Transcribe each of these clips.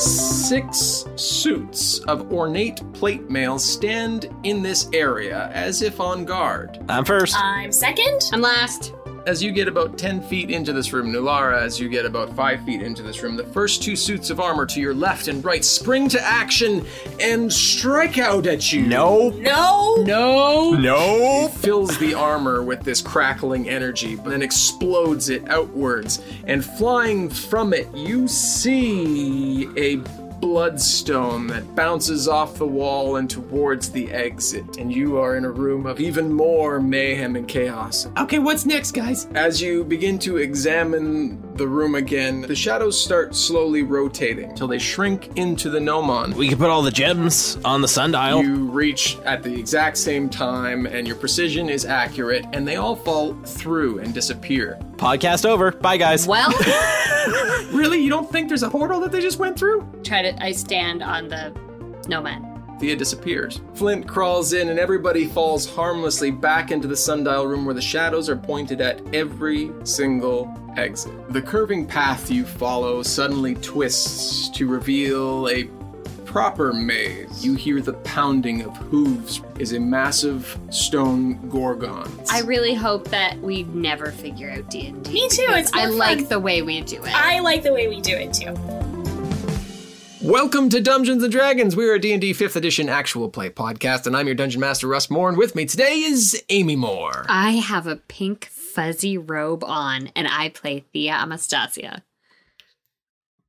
Six suits of ornate plate mail stand in this area as if on guard. I'm first. I'm second. I'm last. As you get about 10 feet into this room, Nulara, as you get about 5 feet into this room, the first two suits of armor to your left and right spring to action and strike out at you. No. No. No. No. It fills the armor with this crackling energy, but then explodes it outwards. And flying from it, you see a bloodstone that bounces off the wall and towards the exit. And you are in a room of even more mayhem and chaos. Okay, what's next, guys? As you begin to examine the room again, the shadows start slowly rotating till they shrink into the gnomon. We can put all the gems on the sundial. You reach at the exact same time, and your precision is accurate, and they all fall through and disappear. Podcast over. Bye, guys. Well, Really? You don't think there's a portal that they just went through? try to. I stand on the snowman. Thea disappears. Flint crawls in, and everybody falls harmlessly back into the sundial room where the shadows are pointed at every single exit. The curving path you follow suddenly twists to reveal a proper maze. You hear the pounding of hooves is a massive stone gorgon. I really hope that we never figure out D and D. Me too, it's I more fun. like the way we do it. I like the way we do it too. Welcome to Dungeons and Dragons. We are a D&D 5th edition actual play podcast and I'm your dungeon master Russ Moore and with me today is Amy Moore. I have a pink fuzzy robe on, and I play Thea Amastasia.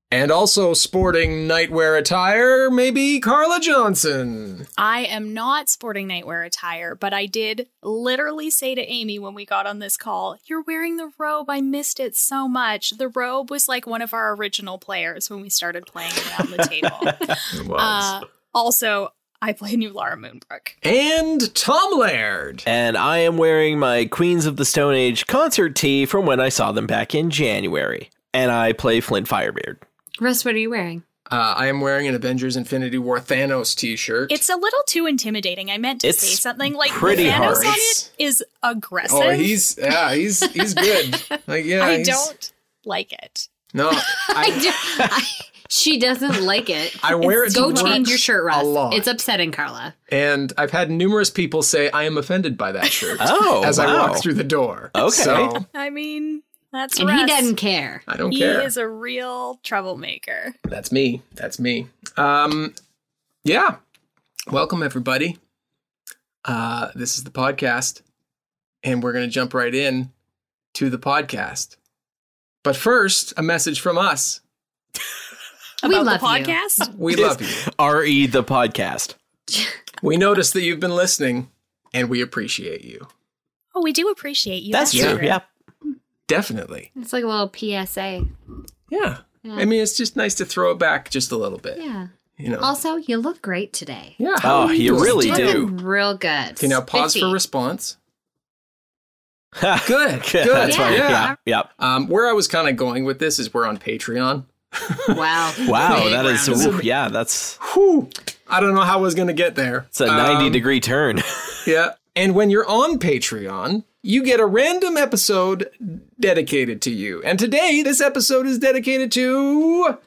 And also sporting nightwear attire, maybe Carla Johnson. I am not sporting nightwear attire, but I did literally say to Amy when we got on this call, You're wearing the robe. I missed it so much. The robe was like one of our original players when we started playing around the table. uh, also, I play New Lara Moonbrook. and Tom Laird. And I am wearing my Queens of the Stone Age concert tee from when I saw them back in January. And I play Flint Firebeard. Russ, what are you wearing? Uh, I am wearing an Avengers Infinity War Thanos t-shirt. It's a little too intimidating. I meant to It's say something like pretty the Thanos hard. on Oh, it is aggressive. Oh, he's yeah, he's he's good. Like yeah, I he's- don't like it. No, I I, do, I, she doesn't like it. I wear it. Go to change work your shirt, Russ. A lot. It's upsetting Carla. and I've had numerous people say I am offended by that shirt Oh, as I wow. walk through the door. Okay. So, I mean, that's And he Russ. doesn't care. I don't He care. is a real troublemaker. That's me. That's me. Um, yeah. Welcome everybody. Uh, this is the podcast, and we're gonna jump right in to the podcast. But first, a message from us. We About love the you. podcast. We love you. RE E, the podcast. We notice that you've been listening, and we appreciate you. Oh, we do appreciate you. That's Yeah. true. Yeah. Definitely. It's like a little PSA. Yeah. Yeah. I mean, it's just nice to throw it back just a little bit. yeah. You know. Also, you look great today. yeah. how Oh, are you doing? really do. Looking real good. Okay, now pause for Spiffy. response. Good. Good. Good. That's funny. Yeah. Yeah. yeah. Um, where I was kind of going with this is we're on Patreon. Wow. Wow. Big That is, ooh, round. yeah, that's Whew. I don't know how I was going to get there. it's a 90 Um, degree turn. Yeah. And when you're on Patreon, you get a random episode dedicated to you. And today, this episode is dedicated to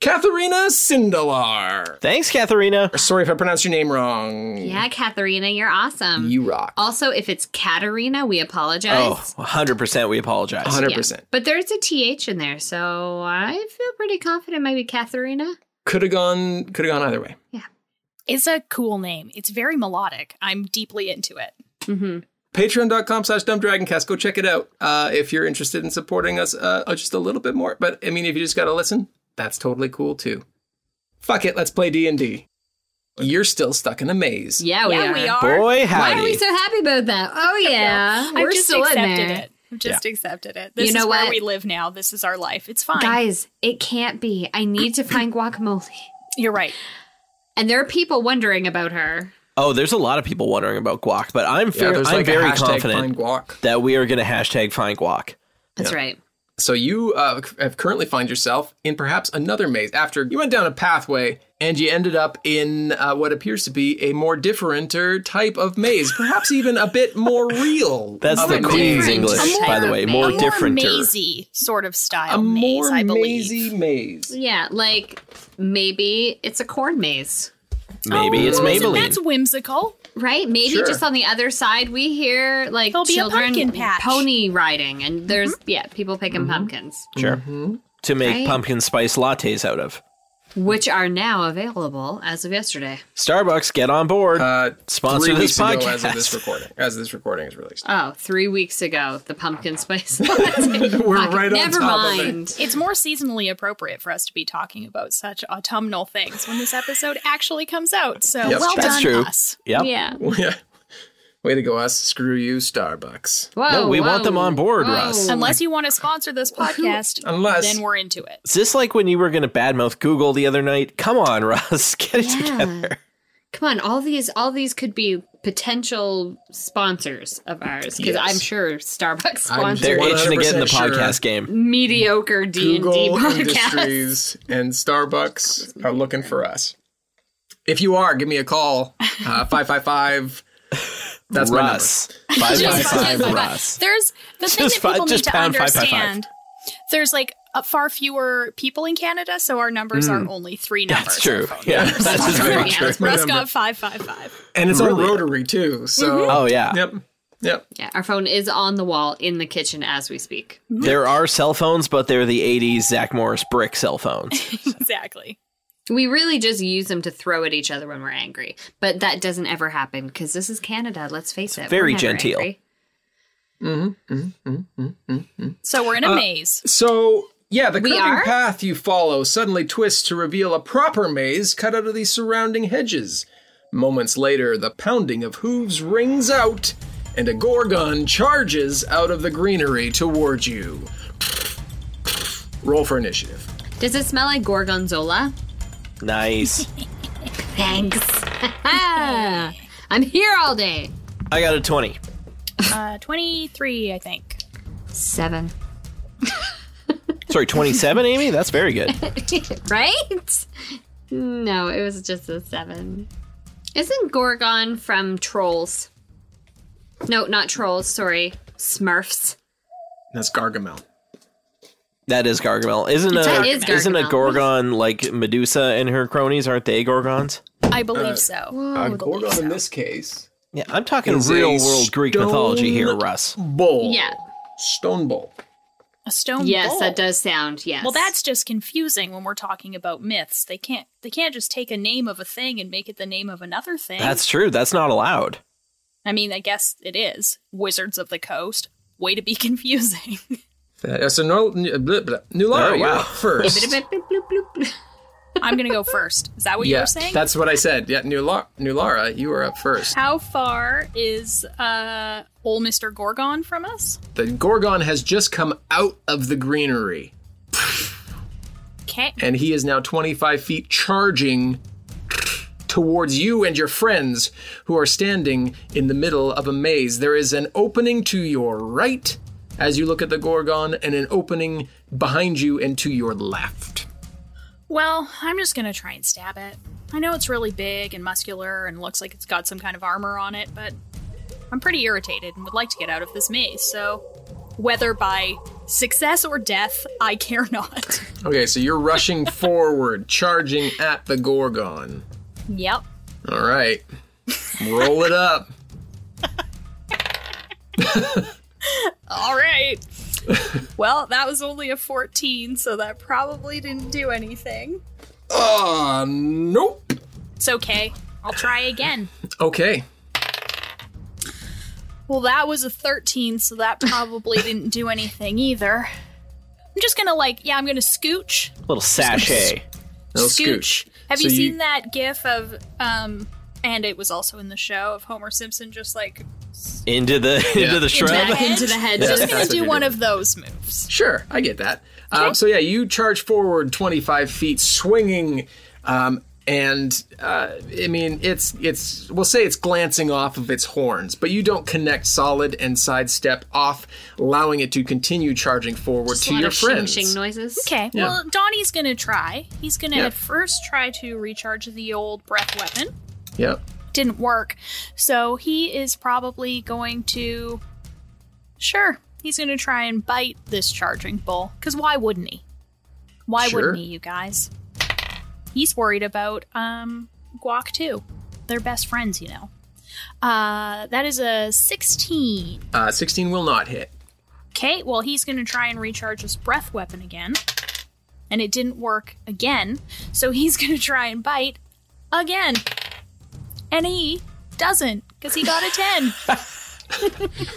Katharina Sindelar. Thanks, Katharina. Sorry if I pronounced your name wrong. Yeah, Katharina, you're awesome. You rock. also, if it's Katarina, we apologize. Oh, 100% we apologize. 100%. But there's a TH in there, so I feel pretty confident maybe Katharina. Could have gone could have gone either way. It's a cool name. It's very melodic. I'm deeply into it. Mm-hmm. patreon.com slash dumbdragoncast go check it out uh, if you're interested in supporting us uh, uh, just a little bit more but i mean if you just gotta listen that's totally cool too fuck it let's play d&d you're still stuck in a maze Oh, Yeah, we yeah, are. we are. Boy, Why are we howdy. so happy about that? Oh yeah, I've we're just still in accepted there, it. I've just accepted it. You This know is where what? we live now. This is our life. It's fine. guys. It can't be. I need to find guacamole, You're right. and there are people wondering about her. Oh, there's a lot of people wondering about guac, but I'm, fair, I'm there's like a very hashtag confident find guac. that we are going to hashtag find guac. That's right. So you uh, c- have currently find yourself in perhaps another maze after you went down a pathway and you ended up in uh, what appears to be a more differenter type of maze, perhaps even a bit more real. That's of the a Queen's maze. different- English, a by the more- way. a More a more differenter. mazy sort of A style more maze, I believe. mazy maze. Yeah, like maybe it's a corn maze, Maybe it's Oh, so Maybelline. That's whimsical. right? Maybe Sure. just on the other side we hear like There'll be a children pumpkin patch. Mm-hmm. pony riding, and there's yeah people picking Mm-hmm. pumpkins, Sure. To make Right. pumpkin spice lattes out of. which are now available as of yesterday. Starbucks, get on board. Uh, Sponsor three this weeks ago as of podcast. this recording, as this recording is released. Oh, three weeks ago, the pumpkin spice. latte. We're right on Never top of it. mind. It's more seasonally appropriate for us to be talking about such autumnal things when this episode actually comes out. So Yes, well that's done, true. us. yep. Yeah. Yeah. Way to go, us. Screw you, Starbucks. Whoa, No, we want Oh, whoa, them on board, whoa. Russ. Unless you want to sponsor this podcast, Unless- then we're into it. Is this like when you were going to badmouth Google the other night? Come on, Russ. Get it Yeah. together. Come on, all these all these could be potential sponsors of ours because Yes. I'm sure Starbucks I'm sponsors They're itching to get in the 100% podcast sure. game. mediocre D and Google D podcast. Industries and Starbucks are looking for us. If you are, give me a call. Uh, 555. That's my number. Russ. 555 five, Russ. There's the thing Just that fi- people just need to pound five, five, five. understand. There's like a far fewer people in Canada, so our numbers are only three numbers. Mm. That's true. Oh, Yeah, that's just very Yeah. true. my Russ number. got five five five. And it's Really? on Rotary, too. So, Mm-hmm. Oh, yeah. Yep. Yep. Yeah, our phone is on the wall in the kitchen as we speak. There are cell phones, but they're the 80s Zach Morris brick cell phones. Exactly. We really just use them to throw at each other when we're angry, but that doesn't ever happen because this is Canada. Let's face it, very we're never genteel. angry. So we're in Uh, a maze. So, yeah, the We curving are? path you follow suddenly twists to reveal a proper maze cut out of the surrounding hedges. Moments later, the pounding of hooves rings out, and a Gorgon charges out of the greenery toward you. Roll for initiative. Does it smell like gorgonzola? Nice. Thanks. Ah, I'm here all day. I got a 20. Uh, Twenty three, I think. Seven. Sorry, 27, Amy? That's very good. right? No, it was just a seven. Isn't Gorgon from Trolls? No, not Trolls, sorry. Smurfs. That's Gargamel. That is Gargamel. Isn't a, That is isn't a Gargamel. Gorgon like Medusa and her cronies? Aren't they Gorgons? I believe so. Uh, Gorgon, in this case, Yeah, I'm talking Is a real world Greek stone- mythology here, Russ. bull. Yeah. Stone bull. A stone Yes, bowl. that does sound, yes. Oh, Well, that's just confusing when we're talking about myths. They can't they can't just take a name of a thing and make it the name of another thing. That's true. That's not allowed. I mean, I guess it is. Wizards of the Coast. Way to be confusing. Uh, so, Nul- N- blah, blah. Nulara, Oh, you're wow. up first. I'm going to go first. Is that what you yeah, were saying? that's what I said. Yeah, Nulara, Nulara you are up first. How far is uh old Mr. Gorgon from us? The Gorgon has just come out of the greenery, Okay. and he is now 25 feet charging towards you and your friends who are standing in the middle of a maze. There is an opening to your right as you look at the Gorgon, and an opening behind you and to your left. Well, I'm just going to try and stab it. I know it's really big and muscular and looks like it's got some kind of armor on it, but I'm pretty irritated and would like to get out of this maze. So, whether by success or death, I care not. Okay, so you're rushing forward, charging at the Gorgon. yep. All right. Roll it up. All right. well, that was only a 14, so that probably didn't do anything. Oh, nope. It's okay. I'll try again. Okay. Well, that was a 13, so that probably didn't do anything either. I'm just gonna, like, yeah, I'm gonna scooch. Little sachet. No scooch. scooch. Have So you you- seen that gif of, um, and it was also in the show of Homer Simpson just like Into the into the that shrub. hedge? into the hedge. I'm Yeah, just gonna that's what do you're one doing. of those moves. Sure, I get that. Um, so yeah, you charge forward 25 feet, swinging, um, and uh, I mean it's it's we'll say it's glancing off of its horns, but you don't connect solid and sidestep off, allowing it to continue charging forward Just a to lot your of friends. shing shing noises. Okay, well, Donnie's gonna try. He's gonna Yeah. first try to recharge the old breath weapon. Yep. Didn't work. So he is probably going to. Sure, he's gonna try and bite this charging bull. Because why wouldn't he? Why Sure. wouldn't he, you guys? He's worried about um, Guac too. They're best friends, you know. Uh, that is a 16. Uh, 16 will not hit. Okay, well, he's going to try and recharge his breath weapon again. And it didn't work again. So he's going to try and bite again. And he doesn't because he got a 10.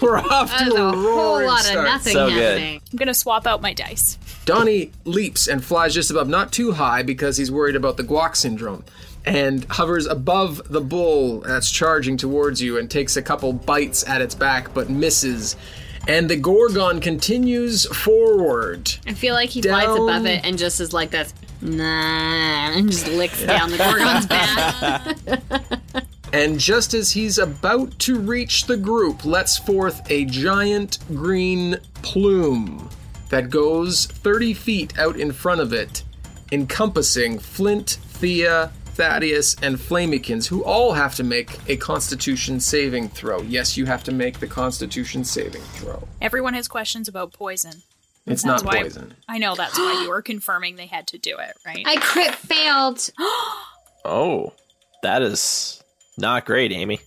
We're off That is to a a, whole roaring lot of start. nothing So good. happening. I'm going to swap out my dice. Donnie leaps and flies just above, not too high because he's worried about the guac syndrome, and hovers above the bull that's charging towards you and takes a couple bites at its back but misses. And the Gorgon continues forward. I feel like he Down. flies above it and just is like this. Nah, and just licks down the Gorgon's back. And just as he's about to reach the group, lets forth a giant green plume that goes 30 feet out in front of it, encompassing Flint, Thea, Thaddeus, and Flamikins, who all have to make a constitution saving throw. Yes, you have to make the constitution saving throw. Everyone has questions about poison. It's That's not why- poison. I know that's why you were confirming they had to do it, right? I crit failed. Oh, that is not great, Amy.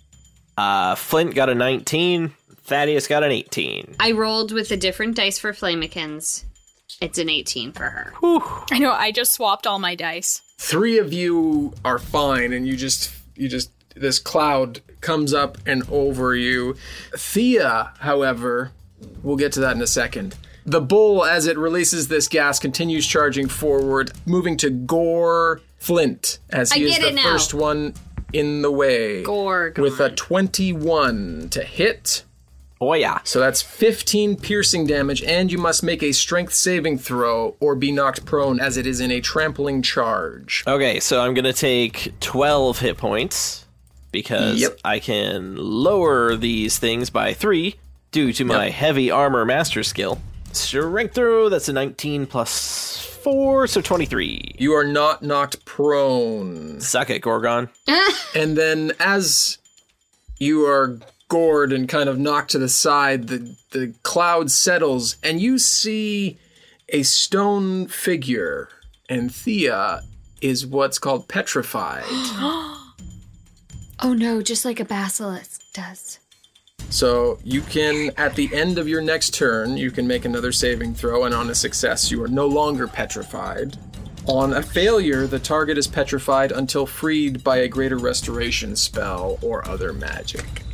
Uh, Flint got a 19. Thaddeus got an 18. I rolled with a different dice for Flamekins. It's an 18 for her. I know, I just swapped all my dice. Three of you are fine, and you just, you just, this cloud comes up and over you. Thea, however, We'll get to that in a second. The bull, as it releases this gas, continues charging forward, moving to Gore Flint, as he I is get the it now. first one in the way. Gorgon. With a 21 to hit. Oh, yeah. So that's 15 piercing damage, and you must make a strength saving throw or be knocked prone, as it is in a trampling charge. Okay, so I'm going to take 12 hit points because Yep. I can lower these things by 3 due to my heavy armor master skill. Strength throw, that's a 19 plus 4, so 23. You are not knocked prone. Suck it, Gorgon. And then as you are gored and kind of knocked to the side, the, the cloud settles and you see a stone figure. And Thea is what's called petrified. Oh no, just like a basilisk does. so you can, at the end of your next turn, you can make another saving throw, and on a success, you are no longer petrified. On a failure, the target is petrified until freed by a greater restoration spell or other magic.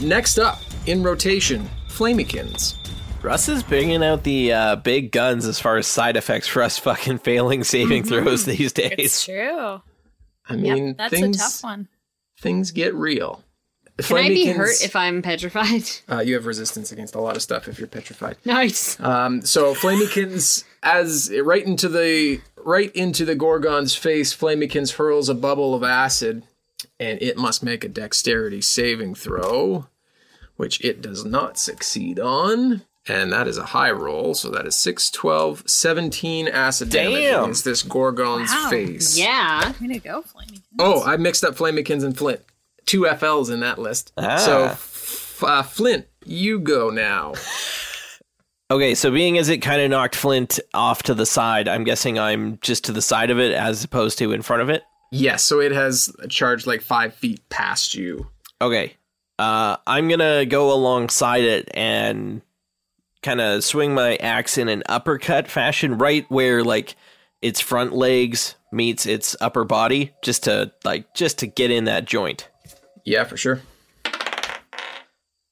Next up in rotation, Flamikins. Russ is bringing out the uh, big guns as far as side effects for us fucking failing saving throws these days. true. I mean, That's things a tough one. things get real. Can I be hurt if I'm petrified? uh, you have resistance against a lot of stuff if you're petrified? Nice. Um, so Flamikins, as right into the right into the Gorgon's face, Flamikins hurls a bubble of acid, and it must make a dexterity saving throw, which it does not succeed on. And that is a high roll, so that is 6, 12, 17 acid damage Damn. against this Gorgon's face. Yeah. I'm going to go, Flaming. Oh, I mixed up Flamekins and Flint. Two FLs in that list. Ah. So, f- uh, Flint, you go now. Okay, so being as it kind of knocked Flint off to the side, I'm guessing I'm just to the side of it as opposed to in front of it. Yes, so it has charged like five feet past you. Okay. Uh, I'm going to go alongside it and kind of swing my axe in an uppercut fashion, right where like its front legs meets its upper body, just to like just to get in that joint. Yeah, for sure.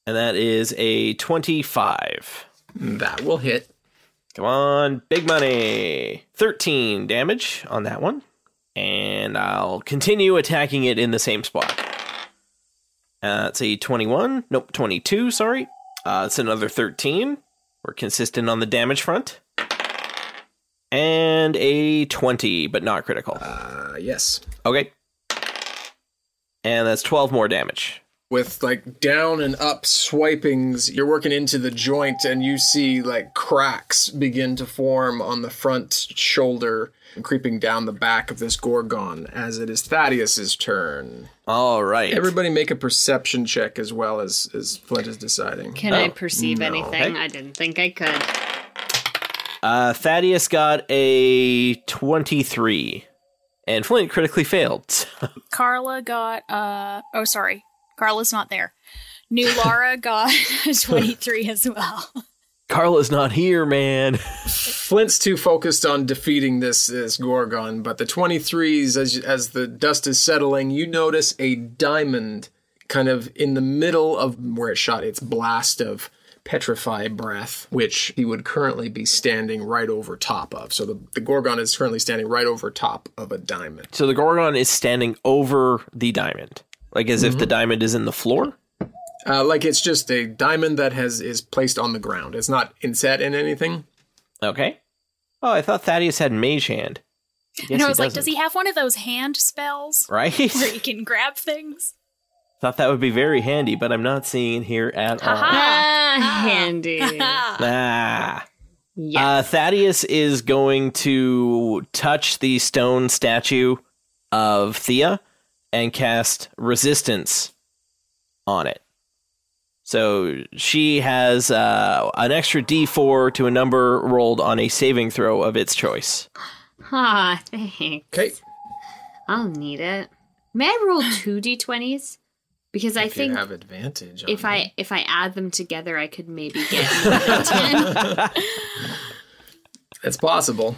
And that is a 25. That will hit. Come on, big money. 13 damage on that one. And I'll continue attacking it in the same spot. Uh, it's a 21. Nope, 22, sorry. Uh, it's another 13. We're consistent on the damage front. and a 20, but not critical. Uh, yes. Okay. And that's 12 more damage. With like down and up swipings, you're working into the joint and you see like cracks begin to form on the front shoulder, creeping down the back of this Gorgon as it is Thaddeus's turn. All right. Everybody make a perception check as well as, as Flint is deciding. Can Oh. I perceive anything? Okay. I didn't think I could. Uh, Thaddeus got a 23, and Flint critically failed. Carla got uh oh sorry. Carla's not there. New Lara got a 23 as well. Carla's not here, man. Flint's too focused on defeating this this Gorgon, but the 23s as as the dust is settling, you notice a diamond kind of in the middle of where it shot its blast of petrify breath, which he would currently be standing right over top of. So the, the Gorgon is currently standing right over top of a diamond. So the Gorgon is standing over the diamond, like as if the Mm-hmm. diamond is in the floor. Uh, like it's just a diamond that has is placed on the ground. It's not inset in anything. Okay. Oh, I thought Thaddeus had mage hand. Yes, and I was like, does doesn't. he have one of those hand spells where Right? he can grab things? thought that would be very handy, but I'm not seeing it here at all. Ah, handy. Uh, Ah. yeah. Uh, Thaddeus is going to touch the stone statue of Thea and cast resistance on it. So she has uh, an extra d4 to a number rolled on a saving throw of its choice. Ah, thanks. Okay. I'll need it. May I roll two d20s? Because I If you think have advantage. if on I if I add them together, I could maybe get another ten. it. it's possible.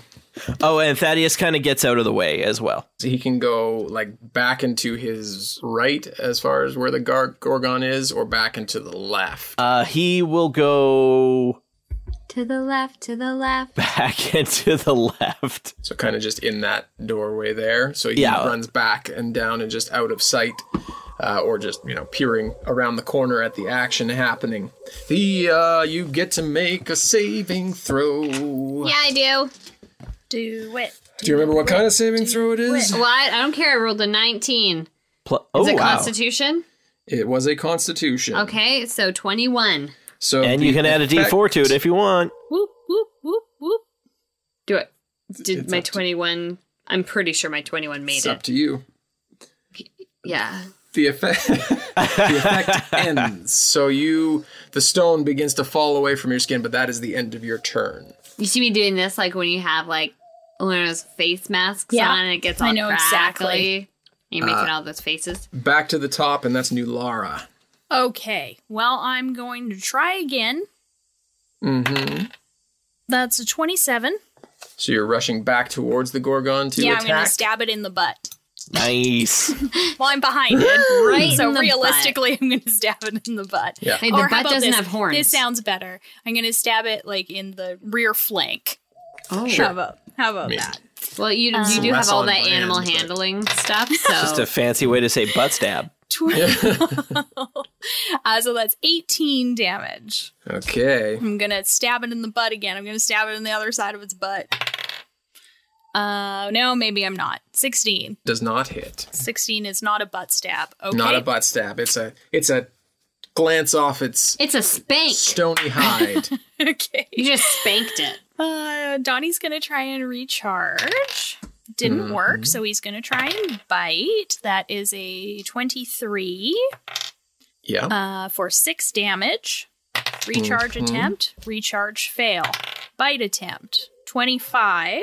Oh, and Thaddeus kind of gets out of the way as well. So he can go like back into his right as far as where the gar- Gorgon is, or back into the left. Uh, he will go to the left, to the left. back and to the left. So kind of just in that doorway there. So he Yeah. runs back and down and just out of sight, uh, or just you know peering around the corner at the action happening. The uh, you get to make a saving throw. Yeah, I do. Do it. Do you remember what kind of saving throw it is? Well, I, I don't care. I rolled a nineteen. Pl- Is oh, it wow. Constitution? It was a Constitution. Okay, so twenty-one. So And you the can add a d4 to it effect- if you want. Whoop whoop whoop whoop. Do it. Did it's my up to- twenty-one? I'm pretty sure my twenty-one made It's up it. to you. Yeah. the effect the effect ends so you the stone begins to fall away from your skin but that is the end of your turn You see me doing this like when you have like one of those face masks Yeah, on and it gets all I know exactly. crackly. You're making Uh, all those faces. back to the top and that's new lara Okay. Well, I'm going to try again. mm-hmm. That's a 27. so you're rushing back towards the gorgon to yeah, I'm going attack to stab it in the butt. Nice. Well, I'm behind it. Right So in the realistically, I'm going to stab it in the butt. yeah Hey, the Or how butt about doesn't this? have horns. This sounds better. I'm going to stab it like in the rear flank. oh. How about how about Amazing. that? Well, you, you do have Less all on that brand, animal but- handling stuff, so Just a fancy way to say butt stab. Uh, so that's 18 damage. okay I'm going to stab it in the butt again. I'm going to stab it in the other side of its butt. Uh no, maybe I'm not. 16. does not hit 16 is not a butt stab. Okay. not a butt stab it's a it's a glance off its it's a spank. stony hide okay. You just spanked it. Uh, Donnie's gonna try and recharge. Didn't Mm-hmm. work, so he's gonna try and bite. That is a 23 yeah uh, for six damage. Recharge Mm-hmm. attempt, recharge fail. Bite attempt, 25.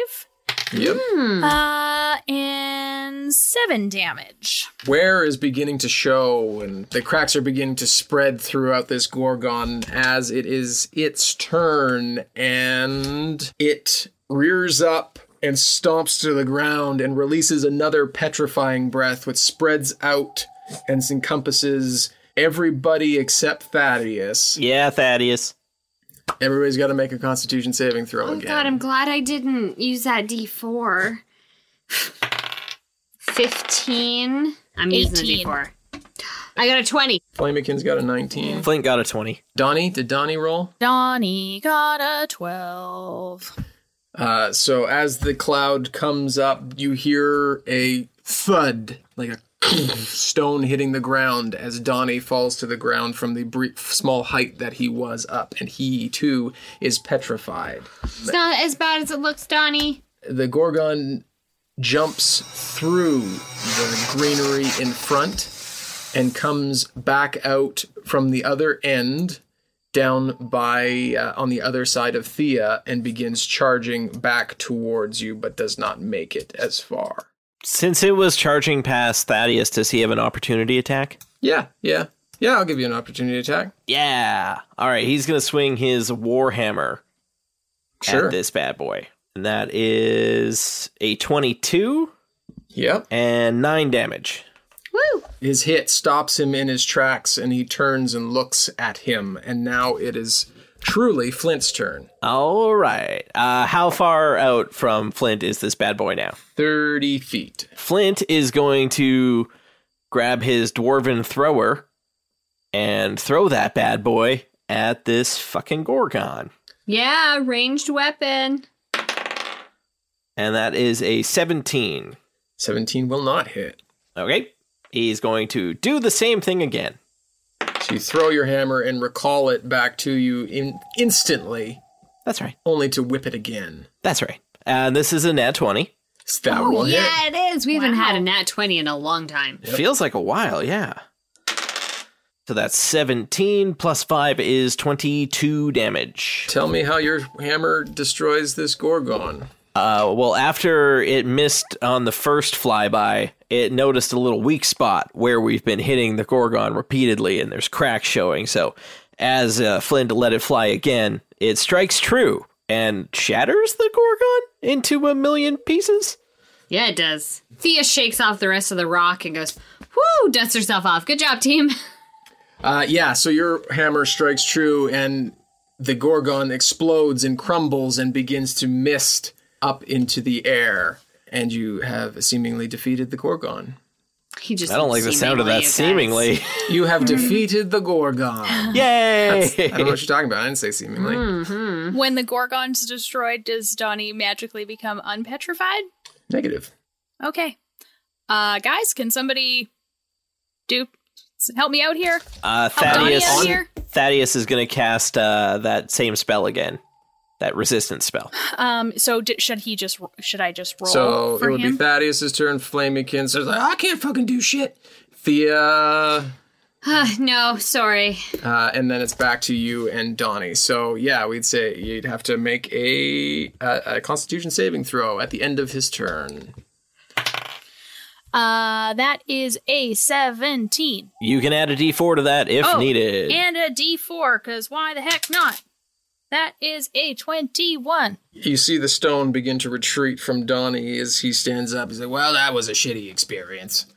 yep Uh, and seven damage. wear is beginning to show and the cracks are beginning to spread throughout this gorgon as it is its turn and it rears up and stomps to the ground and releases another petrifying breath which spreads out and encompasses everybody except Thaddeus. Yeah, Thaddeus. Everybody's got to make a constitution saving throw Oh again. god, I'm glad I didn't use that D4. Fifteen. I'm using the 18. D4. I got a twenty. Flamekins got a 19. Flint got a 20. Donnie, did Donnie roll? Donnie got a 12. Uh, so as the cloud comes up, you hear a thud, like a stone hitting the ground as Donnie falls to the ground from the brief, small height that he was up, and he too is petrified. It's not as bad as it looks, Donnie. The Gorgon jumps through the greenery in front and comes back out from the other end down by uh, on the other side of Thea and begins charging back towards you but does not make it as far. Since it was charging past Thaddeus, does he have an opportunity attack? Yeah, yeah. Yeah, I'll give you an opportunity attack. Yeah. All right, he's going to swing his warhammer Sure. at this bad boy. And that is a 22 Yep. and 9 damage. Woo! His hit stops him in his tracks and he turns and looks at him and now it is truly Flint's turn. All right. Uh, how far out from Flint is this bad boy now? 30 feet. Flint is going to grab his dwarven thrower and throw that bad boy at this fucking Gorgon. Yeah, ranged weapon. And that is a 17. 17 will not hit. Okay. He's going to do the same thing again. So you throw your hammer and recall it back to you in- instantly, That's right. only to whip it again. That's right. And this is a nat 20. So that will hit. yeah, it is. We haven't Wow. had a nat 20 in a long time. Feels like a while, yeah. So that's 17 plus 5 is 22 damage. Tell me how your hammer destroys this Gorgon. Uh, well, after it missed on the first flyby, it noticed a little weak spot where we've been hitting the Gorgon repeatedly, and there's cracks showing. So, as uh, Flint let it fly again, it strikes true and shatters the Gorgon into a million pieces. Yeah, it does. Thea shakes off the rest of the rock and goes, whoo, dusts herself off. Good job, team. Uh, yeah, so your hammer strikes true, and the Gorgon explodes and crumbles and begins to mist up into the air. And you have seemingly defeated the Gorgon. He just I don't like the sound of that. seemingly, you Seemingly, guys. You have defeated the Gorgon. I don't know yay! what you're talking about. I didn't say seemingly. Mm-hmm. When the Gorgon's destroyed, does Donnie magically become unpetrified? Negative. Okay. Uh, guys, can somebody do help me out here? Uh, Donnie Thaddeus, out here? Thaddeus is going to cast uh, that same spell again, that resistance spell. Um, so d- should he just should I just roll So for it would him? be Thaddeus' turn. Flamingkin says, "I can't fucking do shit." Thea, Ah, no, sorry. uh, and then it's back to you and Donnie. So yeah, we'd say you'd have to make a a, a Constitution saving throw at the end of his turn. uh, that is a seventeen You can add a D4 to that if Oh, needed. and a D four. Cause why the heck not? That is a twenty-one. You see the stone begin to retreat from Donnie as he stands up. He's like, "Well, that was a shitty experience."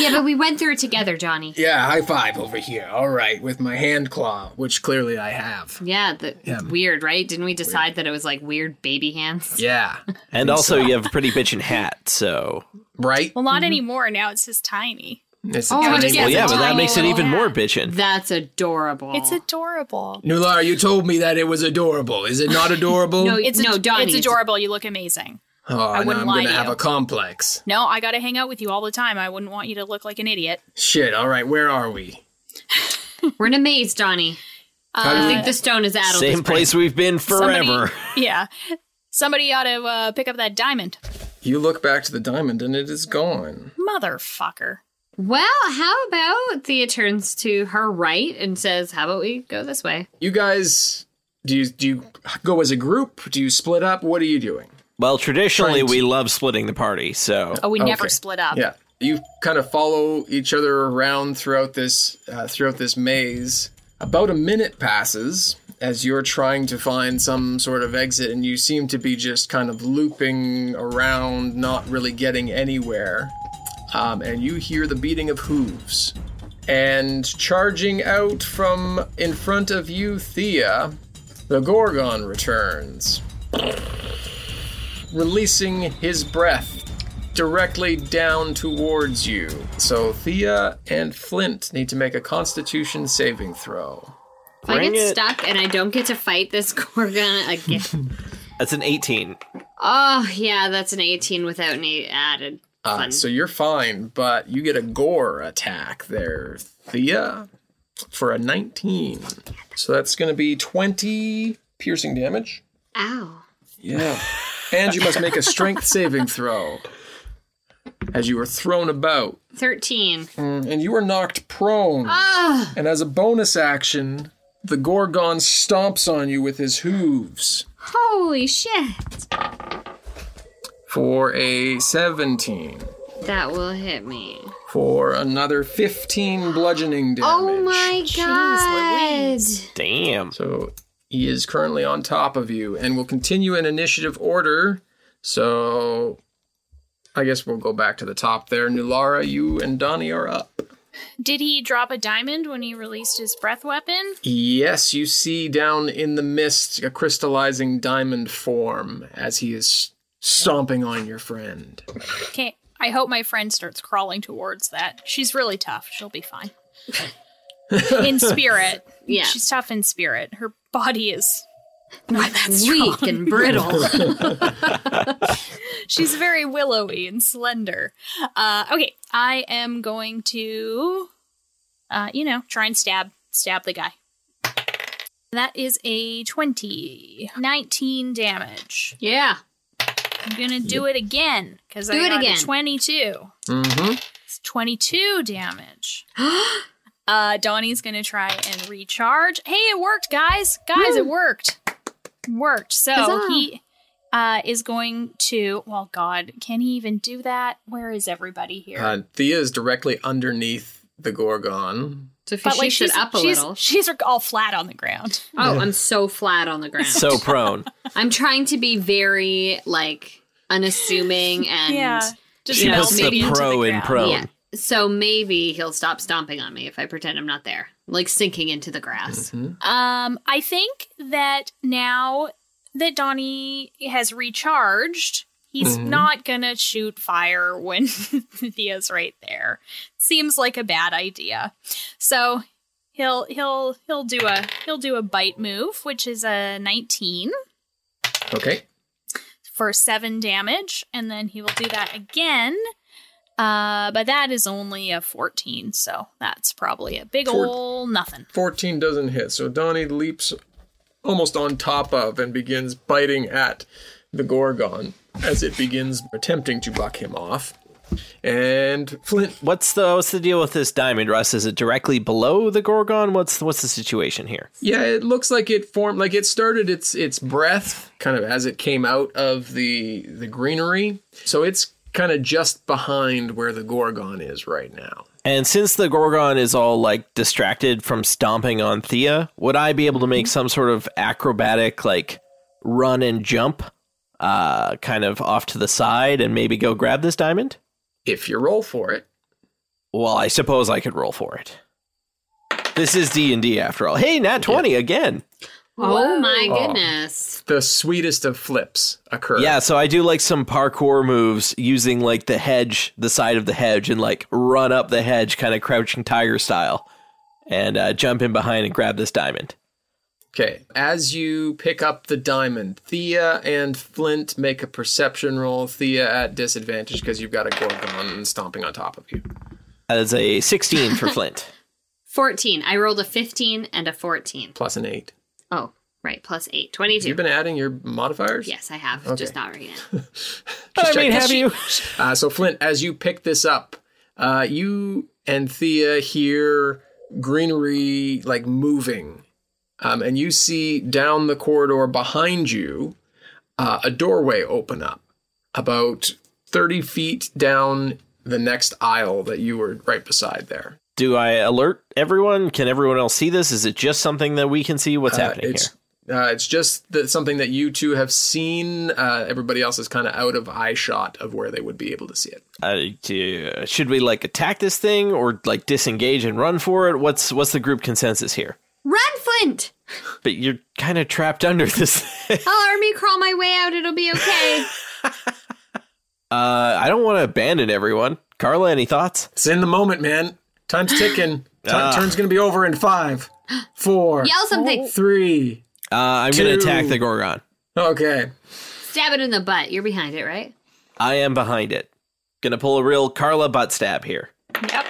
Yeah, but we went through it together, Johnny. Yeah, high five over here. All right, with my hand claw, which clearly I have. Yeah, the, weird, right? Didn't we decide that it was like weird baby hands? Yeah, And also, you have a pretty bitchin' hat, so. right. Well, not anymore. Now it's his tiny. It's a Oh, tiny- I just- Well, yeah, but that tiny makes it even little more hat. bitchin'. That's adorable. It's adorable. Nulara, you told me that it was adorable. Is it not adorable? no, It's no, ad- Donnie. It's adorable. You look amazing. Oh, now wouldn't I'm lie gonna to have you. a complex. No, I gotta hang out with you all the time. I wouldn't want you to look like an idiot. Shit. All right, where are we? We're in a maze, Donnie. How Uh, I do think the stone is addled. Same place we've been Somebody- forever. yeah. Somebody ought to uh, pick up that diamond. you, you look back to the diamond and it is gone. Motherfucker. Well, how about Thea turns to her right and says, "How about we go this way?" You guys, do you do you go as a group? Do you split up? What are you doing? Well, traditionally, Trying to- we love splitting the party, so. Oh, we never Okay. split up. Yeah, you kind of follow each other around throughout this uh, throughout this maze. About a minute passes as you're trying to find some sort of exit, and you seem to be just kind of looping around, not really getting anywhere. Um, and you hear the beating of hooves. And charging out from in front of you, Thea, the Gorgon returns, releasing his breath directly down towards you. So Thea and Flint need to make a constitution saving throw. If I Bring get it. stuck and I don't get to fight this Gorgon again. That's an 18. oh, yeah, that's an 18 without any added Uh, Ah. fun. so you're fine, but you get a gore attack there, Thea, for a 19. So that's going to be 20 piercing damage. Ow. Yeah. and you must make a strength saving throw as you are thrown about. 13. Mm, And you are knocked prone. Ah, And as a bonus action, the Gorgon stomps on you with his hooves holy shit. for a 17. That will hit me. For another 15 bludgeoning damage. Oh my god. Damn. So he is currently on top of you and will continue in initiative order. So I guess we'll go back to the top there. Nulara, you and Donnie are up. Did he drop a diamond when he released his breath weapon? Yes, you see down in the mist a crystallizing diamond form as he is stomping on your friend. Okay. I hope my friend starts crawling towards that. She's really tough. She'll be fine. in spirit. Yeah. She's tough in spirit. Her body is Weak and brittle. she's very willowy and slender. Uh, okay, I am going to, uh, you know, try and stab stab the guy. That is a 20, 19 damage. yeah. I'm gonna do it again because I Do it got a again. 22. Mm-hmm. It's 22 damage. uh, Donnie's gonna try and recharge. Hey, it worked, guys. Guys, it worked. Worked. So Huzzah. he uh, is going to. Well, God, can he even do that? Where is everybody here? Uh, Thea is directly underneath the Gorgon. So if you shake it up a she's, little. she's all flat on the ground. Oh, I'm so flat on the ground. So prone. I'm trying to be very like unassuming and yeah, just She Yeah, puts maybe the into pro in prone. Yeah. So maybe he'll stop stomping on me if I pretend I'm not there, like sinking into the grass. Oh. Mm-hmm. Um, I think that now that Donnie has recharged, he's not gonna shoot fire when Thea's right there. Seems like a bad idea. So he'll he'll he'll do a he'll do a bite move, which is a nineteen Okay. for seven damage, and then he will do that again. Uh, but that is only a fourteen, so that's probably a big Four- ol' nothing. 14 doesn't hit. So Donnie leaps almost on top of and begins biting at the Gorgon as it begins attempting to buck him off. And Flint, What's the what's the deal with this diamond, Russ? Is it directly below the Gorgon? What's what's the situation here? yeah, it looks like it formed like it started its its breath kind of as it came out of the the greenery. So it's kind of just behind where the Gorgon is right now. And since the Gorgon is all like distracted from stomping on Thea, would I be able to make some sort of acrobatic like run and jump uh kind of off to the side and maybe go grab this diamond? If you roll for it, Well, I suppose I could roll for it. This is D&D after all. Hey, nat 20 again. Oh my Oh. goodness. the sweetest of flips occur. Yeah, so I do like some parkour moves using like the hedge, the side of the hedge, and like run up the hedge, kind of crouching tiger style, and uh, jump in behind and grab this diamond. Okay. As you pick up the diamond, Thea and Flint make a perception roll. Thea at disadvantage because you've got a Gorgon stomping on top of you. That is a 16 for Flint. 14. I rolled a 15 and a 14. Plus an eight. Oh, right. Plus 8. You've 22. been adding your modifiers? Yes, I have. Just not right now. I check mean, have you? Uh, so, Flint, as you pick this up, uh, you and Thea hear greenery like moving. Um, and you see down the corridor behind you uh, a doorway open up about 30 feet down the next aisle that you were right beside there. Do I alert everyone? Can everyone else see this? Is it just something that we can see? What's Uh, happening it's, here? Uh, it's just that something that you two have seen. Uh, everybody else is kind of out of eye shot of where they would be able to see it. Uh, do, should we like attack this thing or like disengage and run for it? What's what's the group consensus here? Run, Flint! But you're kind of trapped under this. thing. I'll army crawl my way out. It'll be okay. Uh, I don't want to abandon everyone. Carla, any thoughts? It's in the moment, man. Time's ticking. Ti- Ah. Turn's going to be over in five, four, Yell something. three. Uh, I'm going Two. to attack the Gorgon. Okay. Stab it in the butt. You're behind it, right? I am behind it. Going to pull a real Carla butt stab here. Yep.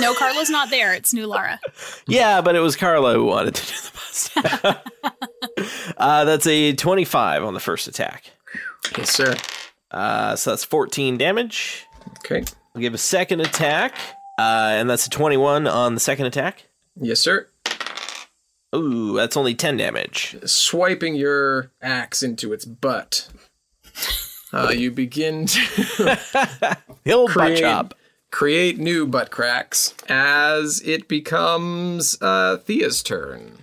No, Carla's not there. It's new Lara. Yeah, but it was Carla who wanted to do the butt stab. uh, that's a 25 on the first attack. Yes, sir. Uh, so that's 14 damage. Okay. I'll give a second attack, uh, and that's a 21 on the second attack. Yes, sir. Ooh, that's only 10 damage. Swiping your axe into its butt. Uh, you begin to He'll butt Create- chop. create new butt cracks as it becomes uh, Thea's turn.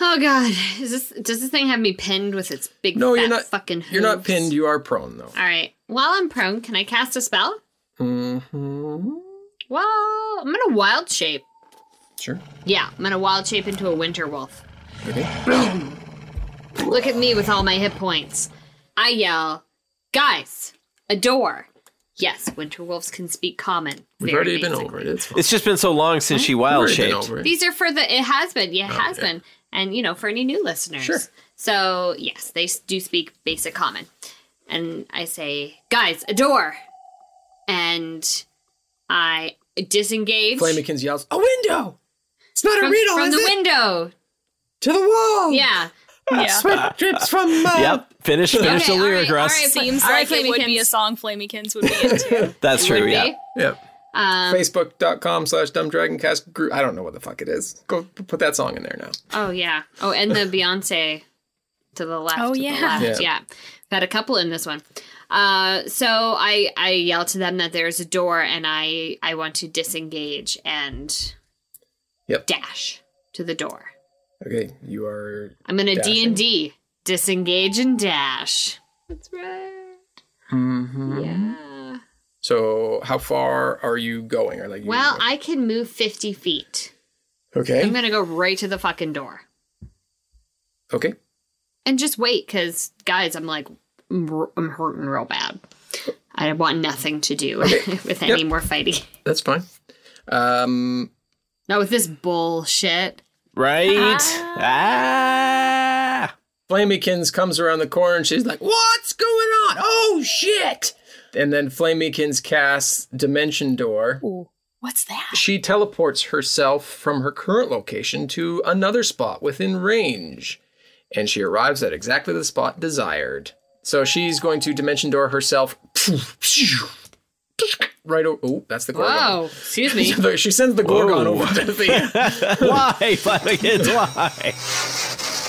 Oh god, is this? Does this thing have me pinned with its big? No, fat you're not. fucking. Hooves? you're not pinned. You are prone though. All right. While I'm prone, can I cast a spell? Mm-hmm. Well, I'm gonna wild shape. Sure. Yeah, I'm gonna wild shape into a winter wolf. Okay. Look at me with all my hit points. I yell, guys, a door. Yes, winter wolves can speak common. We've Very already been basic. over it. It's fine. It's just been so long since she We've wild already been shaped. over it. These are for the it has been, Oh, yeah, it has been, and you know for any new listeners. Sure. So yes, they s- do speak basic common, and I say, guys, a door, and I disengage Clay McKinsey yells, "A window! It's not a from, riddle, from is the it? window. to the wall! Yeah. Yeah. sweat drips from uh, Yep. Finish finish the Okay, all right, lyric, all Russ. right, Seems all right, like it would be a Flamekins. song Flamekins would be into. That's Would true, be. yeah. Yep. Um, Facebook.com slash dumb dragon cast group. I don't know what the fuck it is. Go p- put that song in there now. Oh yeah. Oh, and the Beyonce to the left. to Oh, the yeah. Yeah. left. yeah. Got a couple in this one. Uh, so I I yell to them that there's a door and I I want to disengage and Yep. dash to the door. Okay, you are. I'm gonna D Dashing. and D disengage and dash. That's right. Mm-hmm. Yeah. So, how far are you going? Or like, you, Well, I can move 50 feet. okay, I'm gonna go right to the fucking door okay, and just wait, cause guys, I'm like I'm r- I'm hurting real bad. I want nothing to do with any more fighting. that's fine. Um, Not with this bullshit. Right? Ah. Flamekins comes around the corner and she's like, What's going on? Oh shit! And then Flamekins casts Dimension Door. What's that? She teleports herself from her current location to another spot within range, and she arrives at exactly the spot desired. So she's going to Dimension Door herself. Right over. Oh, that's the Gorgon. Whoa. Excuse me. She sends the Gorgon Whoa. over to the Why, Flanagan's? Why?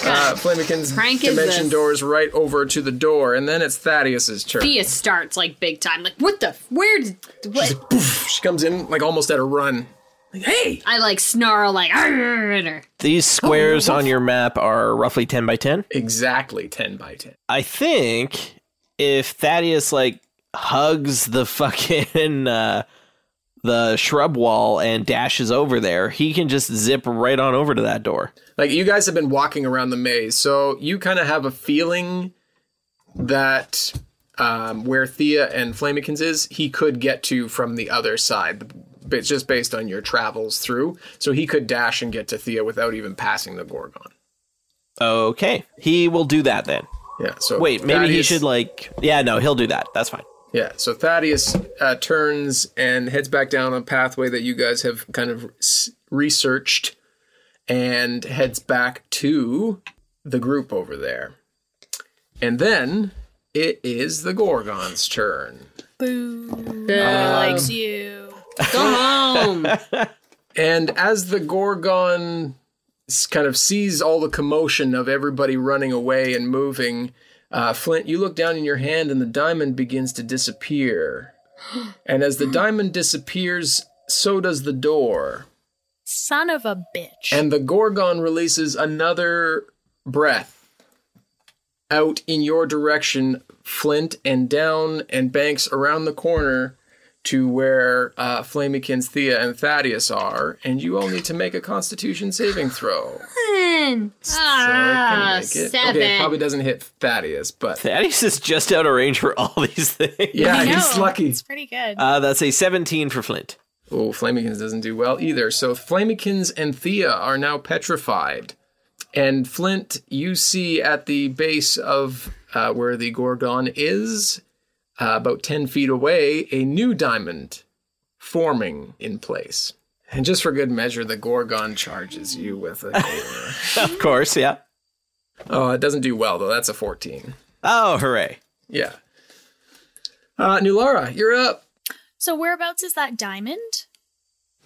uh, Flamekins Prank is Dimension this. Doors right over to the door, and then it's Thaddeus's turn. Thea starts like big time. Like, what the? f- Where? Did, what? Poof, she comes in like almost at a run. Like, hey, I like snarl like. "Arr!" at her. These squares on your map are roughly 10 by 10. exactly ten by ten. I think if Thaddeus like hugs the fucking uh, the shrub wall and dashes over there, he can just zip right on over to that door. Like you guys have been walking around the maze, so you kind of have a feeling that um, where Thea and Flamekins is, he could get to from the other side. But It's just based on your travels through, so he could dash and get to Thea without even passing the Gorgon. Okay, he will do that then. Yeah. So Wait, maybe he Thaddeus- should like. Yeah, no, he'll do that. That's fine. Yeah. So Thaddeus uh, turns and heads back down a pathway that you guys have kind of s- researched, and heads back to the group over there. And then it is the Gorgon's turn, Boo. Um, Uh, Likes you. go home. and as the Gorgon s- kind of sees all the commotion of everybody running away and moving, uh, Flint, you look down in your hand and the diamond begins to disappear. And as the diamond disappears, so does the door. Son of a bitch. And the Gorgon releases another breath out in your direction, Flint, and down and banks around the corner to where uh, Flamekins, Thea, and Thaddeus are. And you all need to make a constitution saving throw. Or ah, can make it. seven. Okay, it probably doesn't hit Thaddeus, but Thaddeus is just out of range for all these things. yeah, I he's know. lucky. It's pretty good. Uh, that's a 17 for Flint. Oh, Flamikins doesn't do well either. So Flamikins and Thea are now petrified. And Flint, you see at the base of uh, where the Gorgon is, uh, about 10 feet away, a new diamond forming in place. And just for good measure, the Gorgon charges you with a. of course, yeah. oh, it doesn't do well, though. That's a 14. Oh, hooray. Yeah. Uh, Nulara, you're up. So whereabouts is that diamond?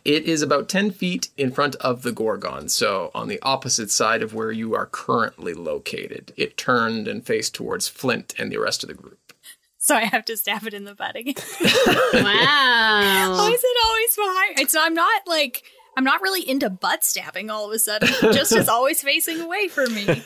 It is about 10 feet in front of the Gorgon, so on the opposite side of where you are currently located. It turned and faced towards Flint and the rest of the group. So I have to stab it in the butt again. Why Oh. Wow. is it always behind? It's I'm not like I'm not really into butt stabbing all of a sudden. It Just is always facing away from me.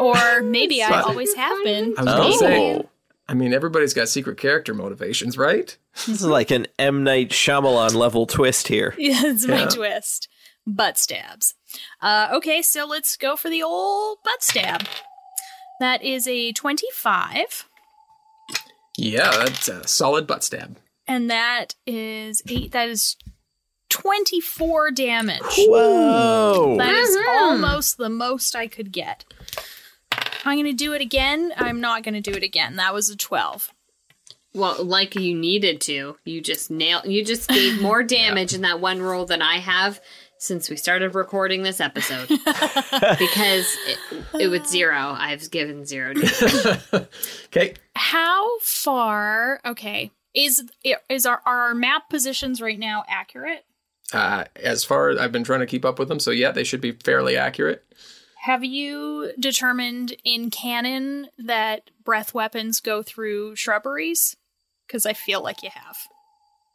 Or maybe I But- always have been. I was going to Oh. say, I mean, everybody's got secret character motivations, right? This is like an M. Night Shyamalan level twist here. Yeah, it's my Yeah. twist. Butt stabs. Uh, okay, so let's go for the old butt stab. That is a 25, Yeah, Uh, that's a solid butt stab. and that is eight. That is 24 damage. Whoa. That is Mhm. almost the most I could get. I'm going to do it again. I'm not going to do it again. That was a 12. Well, like you needed to. You just nailed. You just gave more damage in that one roll than I have since we started recording this episode because it, it was zero. I've given zero. damage. Okay. How far? Okay. Is is our are our map positions right now accurate? Uh, as far as I've been trying to keep up with them, so yeah, they should be fairly accurate. Have you determined in canon that breath weapons go through shrubberies? Because I feel like you have.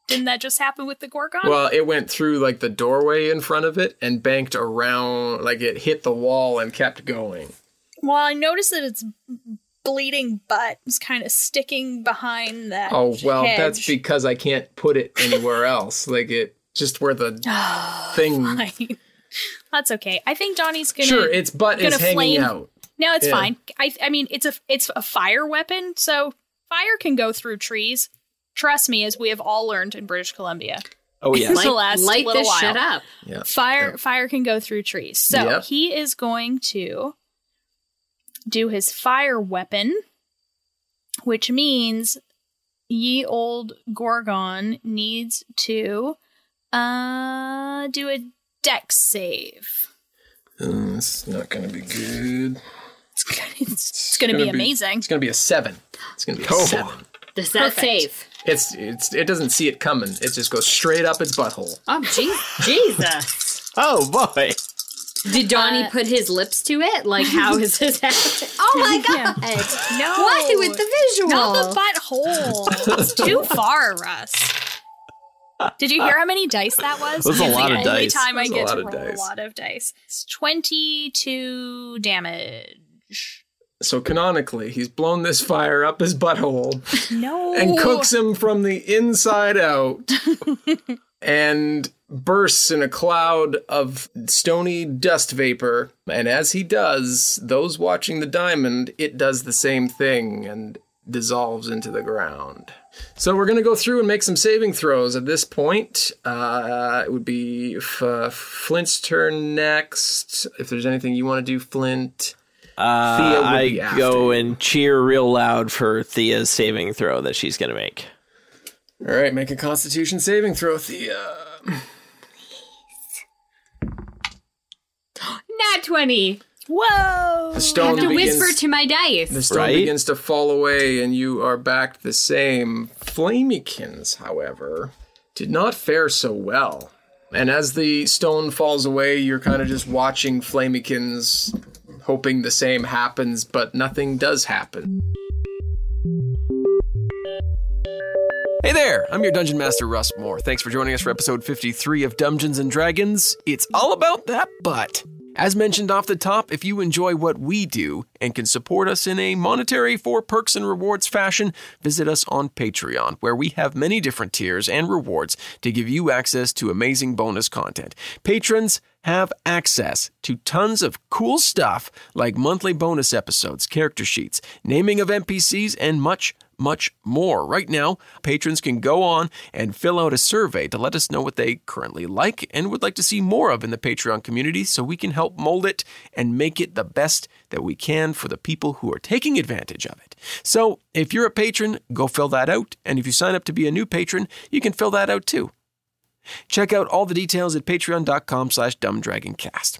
Didn't that just happen with the Gorgon? Well, it went through like the doorway in front of it and banked around, like it hit the wall and kept going. Well, I noticed that its bleeding butt is kind of sticking behind that. Oh well, hedge. that's because I can't put it anywhere else. Like it just where the thing. Fine. that's okay. I think Donnie's gonna. Sure, its butt is gonna hanging flame. out. no, it's yeah. fine. I, I mean, it's a it's a fire weapon, so fire can go through trees. Trust me, as we have all learned in British Columbia, Oh, yeah. the last light little this shit while. up. Yeah. fire fire can go through trees. So Yep. he is going to do his fire weapon, which means ye old Gorgon needs to uh do a dex save. Mm, it's not gonna be good. It's gonna, it's, gonna, be, amazing. It's gonna be a seven. It's gonna be a seven. Does that Perfect. save? It's it's it doesn't see it coming. It just goes straight up its butthole. Oh, jeez, Jesus! Oh, boy. Did Donnie put his lips to it? Like, how is this happening? Oh my god! No, Why with Oh, the visual? not the butthole. it's too far, Russ. Did you hear how many dice that was? That's a It's lot the of only dice. time That's a I get lot to of roll dice. a lot of dice. It's twenty-two damage. So canonically, he's blown this fire up his butthole No, and cooks him from the inside out and bursts in a cloud of stony dust vapor. And as he does, those watching the diamond, it does the same thing and dissolves into the ground. So we're going to go through and make some saving throws at this point. Uh, it would be F- uh, Flint's turn next. If there's anything you want to do, Flint. Uh, Thea would I be after go you. and cheer real loud for Thea's saving throw that she's going to make. All right, make a Constitution saving throw, Thea. Not twenty. whoa! The I stone have to begins. whisper to my the dice. stone Right? begins to fall away, and you are back the same. Flamikins, however, did not fare so well. And as the stone falls away, you're kind of just watching Flamikins, hoping the same happens, but nothing does happen. Hey there, I'm your Dungeon Master Russ Moore. Thanks for joining us for episode 53 of Dungeons and Dragons. It's all about that butt. As mentioned off the top, if you enjoy what we do and can support us in a monetary for perks and rewards fashion, visit us on Patreon, where we have many different tiers and rewards to give you access to amazing bonus content. Patrons have access to tons of cool stuff like monthly bonus episodes, character sheets, naming of NPCs, and much, much more. Right now, patrons can go on and fill out a survey to let us know what they currently like and would like to see more of in the Patreon community so we can help mold it and make it the best that we can for the people who are taking advantage of it. So, if you're a patron, go fill that out. And if you sign up to be a new patron, you can fill that out too. Check out all the details at patreon.com slash dumbdragoncast.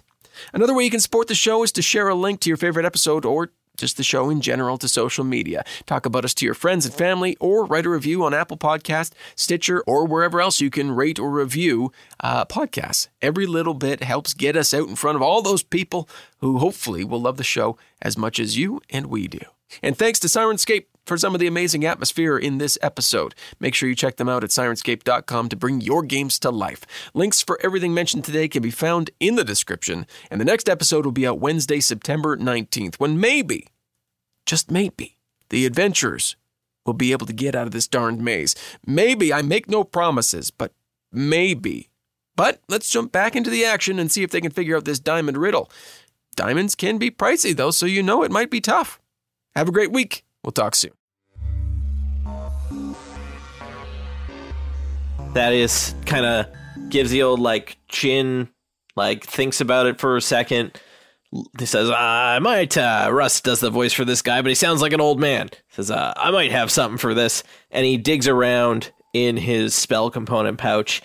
Another way you can support the show is to share a link to your favorite episode or just the show in general to social media. Talk about us to your friends and family or write a review on Apple Podcast, Stitcher, or wherever else you can rate or review uh, podcasts. Every little bit helps get us out in front of all those people who hopefully will love the show as much as you and we do. And thanks to Sirenscape for some of the amazing atmosphere in this episode. Make sure you check them out at sirenscape.com to bring your games to life. Links for everything mentioned today can be found in the description, and the next episode will be out Wednesday, September 19th, when maybe, just maybe, the adventurers will be able to get out of this darned maze. Maybe, I make no promises, but maybe. But let's jump back into the action and see if they can figure out this diamond riddle. Diamonds can be pricey, though, so you know it might be tough. Have a great week. We'll talk soon. That is kind of gives the old like chin, like thinks about it for a second. He says, "I might." Uh, Russ does the voice for this guy, but he sounds like an old man. Says, uh, "I might have something for this," and he digs around in his spell component pouch,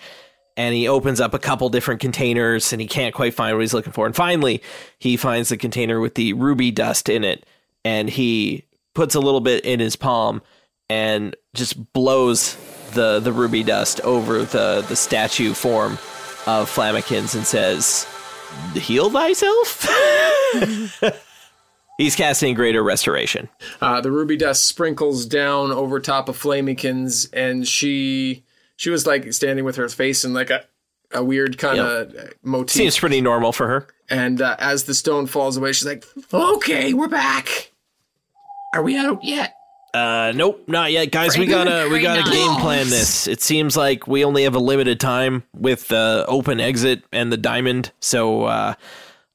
and he opens up a couple different containers, and he can't quite find what he's looking for. And finally, he finds the container with the ruby dust in it, and he puts a little bit in his palm and just blows the the ruby dust over the the statue form of Flamikins and says, "Heal thyself." He's casting Greater Restoration. Uh, the ruby dust sprinkles down over top of Flamikins, and she she was like standing with her face in like a a weird kind of motif. Seems pretty normal for her. and uh, as the stone falls away, she's like, "Okay, we're back. Are we out yet?" Uh, nope, not yet, guys. We gotta we gotta game plan this. It seems like we only have a limited time with the open exit and the diamond, so uh,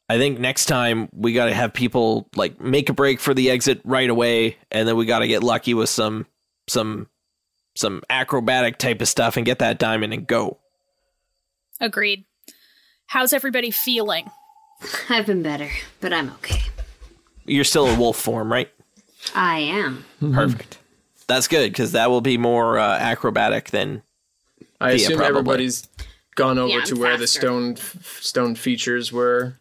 I think next time we gotta have people like make a break for the exit right away, and then we gotta get lucky with some some some acrobatic type of stuff and get that diamond and go. Agreed. How's everybody feeling? I've been better, but I'm okay. You're still in wolf form, right? I am. Perfect. That's good because that will be more uh, acrobatic than I Yeah, assume probably. everybody's gone over Yeah, to where the faster. stone f- stone features were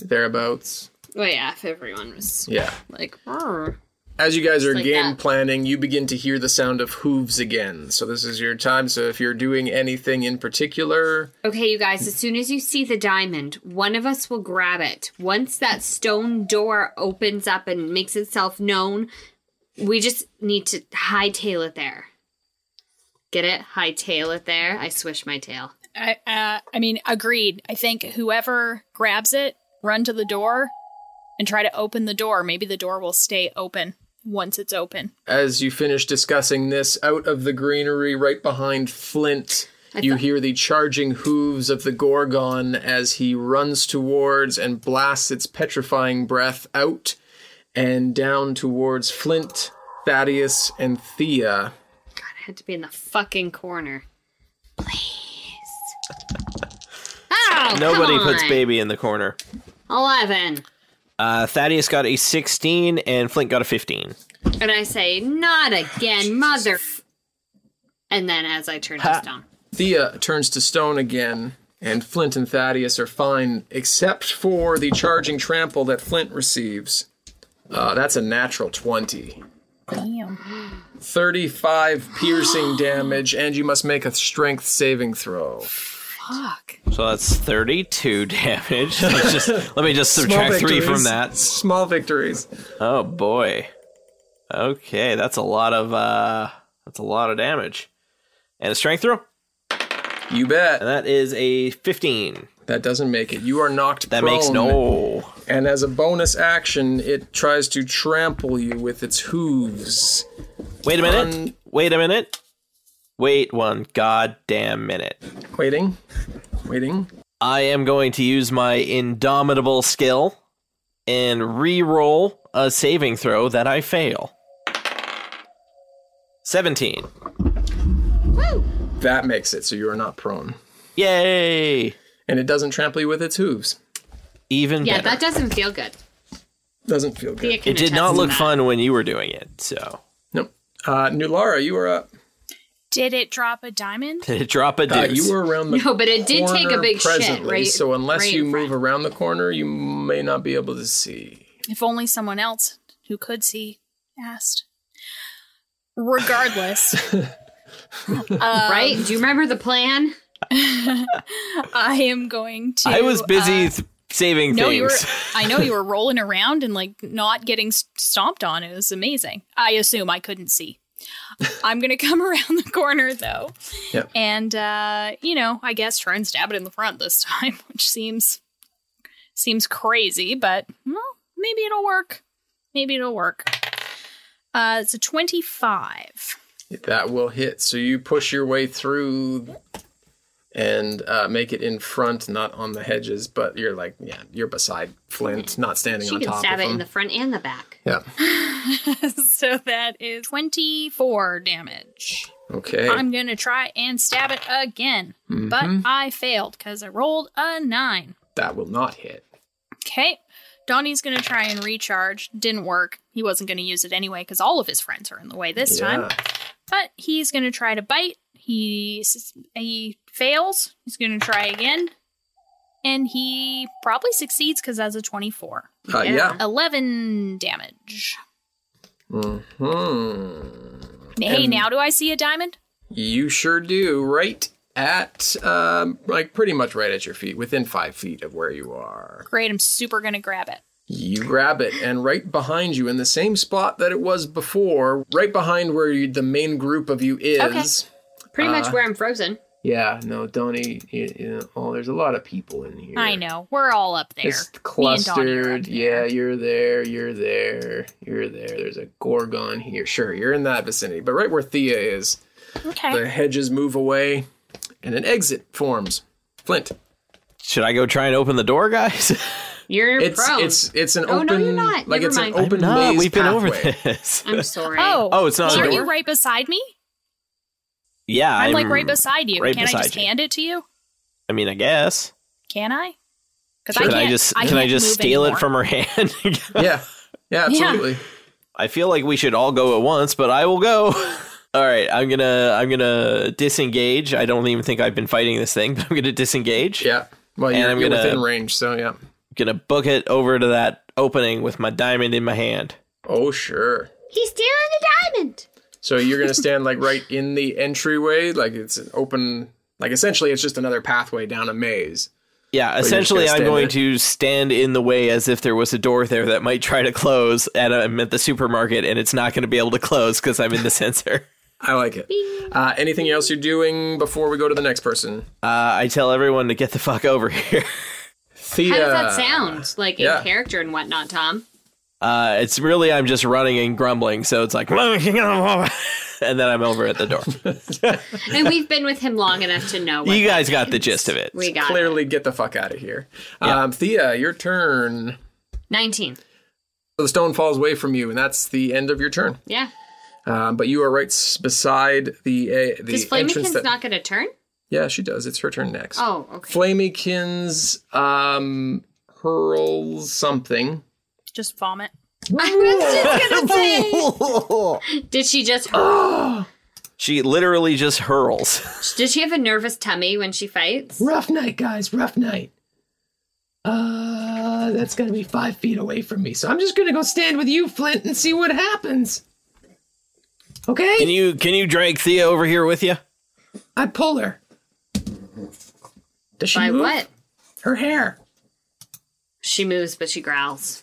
thereabouts. Well, Oh, yeah, if everyone was Yeah. like, "Arr." As you guys are like game that. planning, you begin to hear the sound of hooves again. So this is your time. So if you're doing anything in particular, okay, you guys, as soon as you see the diamond, one of us will grab it. Once that stone door opens up and makes itself known, we just need to hightail it there. Get it? Hightail it there. I swish my tail. I uh, I mean, agreed. I think whoever grabs it, run to the door and try to open the door. Maybe the door will stay open once it's open. as you finish discussing this, out of the greenery right behind Flint, you hear the charging hooves of the Gorgon as he runs towards and blasts its petrifying breath out and down towards Flint, Thaddeus, and Thea. I had to be in the fucking corner. Please. Oh, nobody come puts on. baby in the corner. 11. Uh, Thaddeus got a 16 and Flint got a 15. And I say, not again, mother. f-" And then as I turn to stone. Thea turns to stone again, and Flint and Thaddeus are fine, except for the charging trample that Flint receives. Uh, that's a natural 20. Damn. 35 piercing damage, and you must make a strength saving throw. Fuck. So that's 32 damage. Let's just, let me just subtract three from that. Small victories. Oh boy. Okay, that's a lot of uh that's a lot of damage. And a strength throw? You And bet. that is a 15. That doesn't make it. You are knocked That makes prone, no. And as a bonus action, it tries to trample you with its hooves. Wait a minute. Un- Wait a minute. Wait one goddamn minute. Waiting. Waiting. I am going to use my indomitable skill and re-roll a saving throw that I fail. 17. That makes it so you are not prone. Yay! And it doesn't trample you with its hooves. Even Yeah, better. that doesn't feel good. Doesn't feel good. Thea can it did attest not to look that. fun when you were doing it, so. Nope. Uh, New Lara, you were up. Did it drop a diamond? Did it drop a Uh, deuce? you were around the No, but it did take corner a big shit presently, right- So unless right you in move front. around the corner, you may not be able to see. If only someone else who could see asked. Regardless, right? Do you remember the plan? I am going to. I was busy uh, th- saving no, you were. things. I know you were rolling around and like not getting s- stomped on. It was amazing. I assume I couldn't see. I'm gonna come around the corner though, Yep. and uh, you know, I guess try and stab it in the front this time, which seems seems crazy, but well, maybe it'll work. Maybe it'll work. Uh, it's a 25. That will hit. So you push your way through and uh, make it in front, not on the hedges, but you're like, yeah, you're beside Flint, not standing She on can top stab of it him. in the front and the back. yeah. so that is 24 damage. Okay. I'm going to try and stab it again, but I failed because I rolled a nine. That will not hit. Okay. Donnie's going to try and recharge. Didn't work. He wasn't going to use it anyway because all of his friends are in the way this time. Yeah. But he's going to try to bite. He, s- he fails. He's going to try again. And he probably succeeds because that's a 24. Uh, yeah. 11 damage. Hmm. Hey, now do I see a diamond? You sure do. Right at, um, like, pretty much right at your feet, within five feet of where you are. Great, I'm super gonna grab it. You grab it, and right behind you, in the same spot that it was before, right behind where you, the main group of you is. Pretty Uh, much where I'm frozen. Yeah, no, Donnie. You, you know, oh, there's a lot of people in here. I know. We're all up there. It's Me and Donnie are up clustered. there. Yeah, you're there. You're there. You're there. There's a gorgon here. Sure, you're in that vicinity, but right where Thea is, the Okay. hedges move away, and an exit forms. Flint. Should I go try and open the door, guys? You're It's prone. it's it's an Oh, open no, you're not. like Never it's mind. an I'm open Nah, maze we've been over pathway. this. I'm sorry. Oh, Oh, it's not a well, Aren't door? you right beside me? yeah, I'm, like right beside you. right can I beside just you. hand it to you? I mean, I guess. Can I? Because Can I just can I just steal it from her hand? Yeah, yeah, Yeah. absolutely. I feel like we should all go at once, but I will go. all right, I'm gonna I'm gonna disengage. I don't even think I've been fighting this thing, but I'm gonna disengage. Yeah. Well, And you're, I'm you're gonna- within range, so yeah. Gonna book it over to that opening with my diamond in my hand. Oh, sure. He's stealing the diamond. So you're gonna stand like right in the entryway, like it's an open, like essentially it's just another pathway down a maze. Yeah, just essentially, gonna I'm stand going there? to stand in the way as if there was a door there that might try to close, and I'm at the supermarket, and it's not going to be able to close because I'm in the sensor. I like it. Uh, anything else you're doing before we go to the next person? Uh, I tell everyone to get the fuck over here. Thea. How does that sound? Like Yeah. in character and whatnot, Tom. Uh, it's really I'm just running and grumbling, so it's like, and then I'm over at the door. And we've been with him long enough to know what you guys got the gist of it. we got. Clearly, get the fuck out of here. Um, Thea, your turn. Nineteen. So the stone falls away from you, and that's the end of your turn. Yeah. Um, but you are right s- beside the uh, the Does entrance Flamington's that. not gonna turn? yeah, she does. It's her turn next. Oh, okay. Flamykins um hurls something. Just vomit. I was just gonna say Did she just hurl? she literally just hurls. Does she have a nervous tummy when she fights? Rough night, guys, rough night. Uh that's gonna be five feet away from me. So I'm just gonna go stand with you, Flint, and see what happens. Can Okay? you can you drag Thea over here with you? I pull her. Does she By move? what? Her hair. She moves but she growls.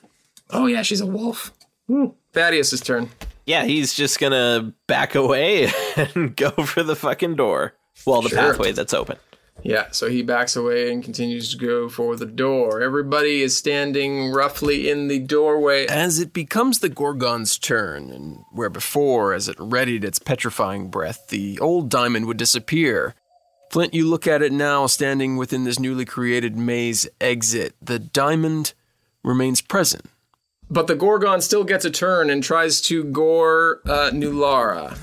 Oh yeah, she's a wolf. Hmm. Ooh. Thaddeus' turn. Yeah, he's just gonna back away and go for the fucking door. Well, the Sure. pathway that's open. Yeah, so he backs away and continues to go for the door. Everybody is standing roughly in the doorway As it becomes the Gorgon's turn, and where before, as it readied its petrifying breath, the old diamond would disappear. Flint, you look at it now, standing within this newly created maze exit. The diamond remains present. But the Gorgon still gets a turn and tries to gore uh, Nulara.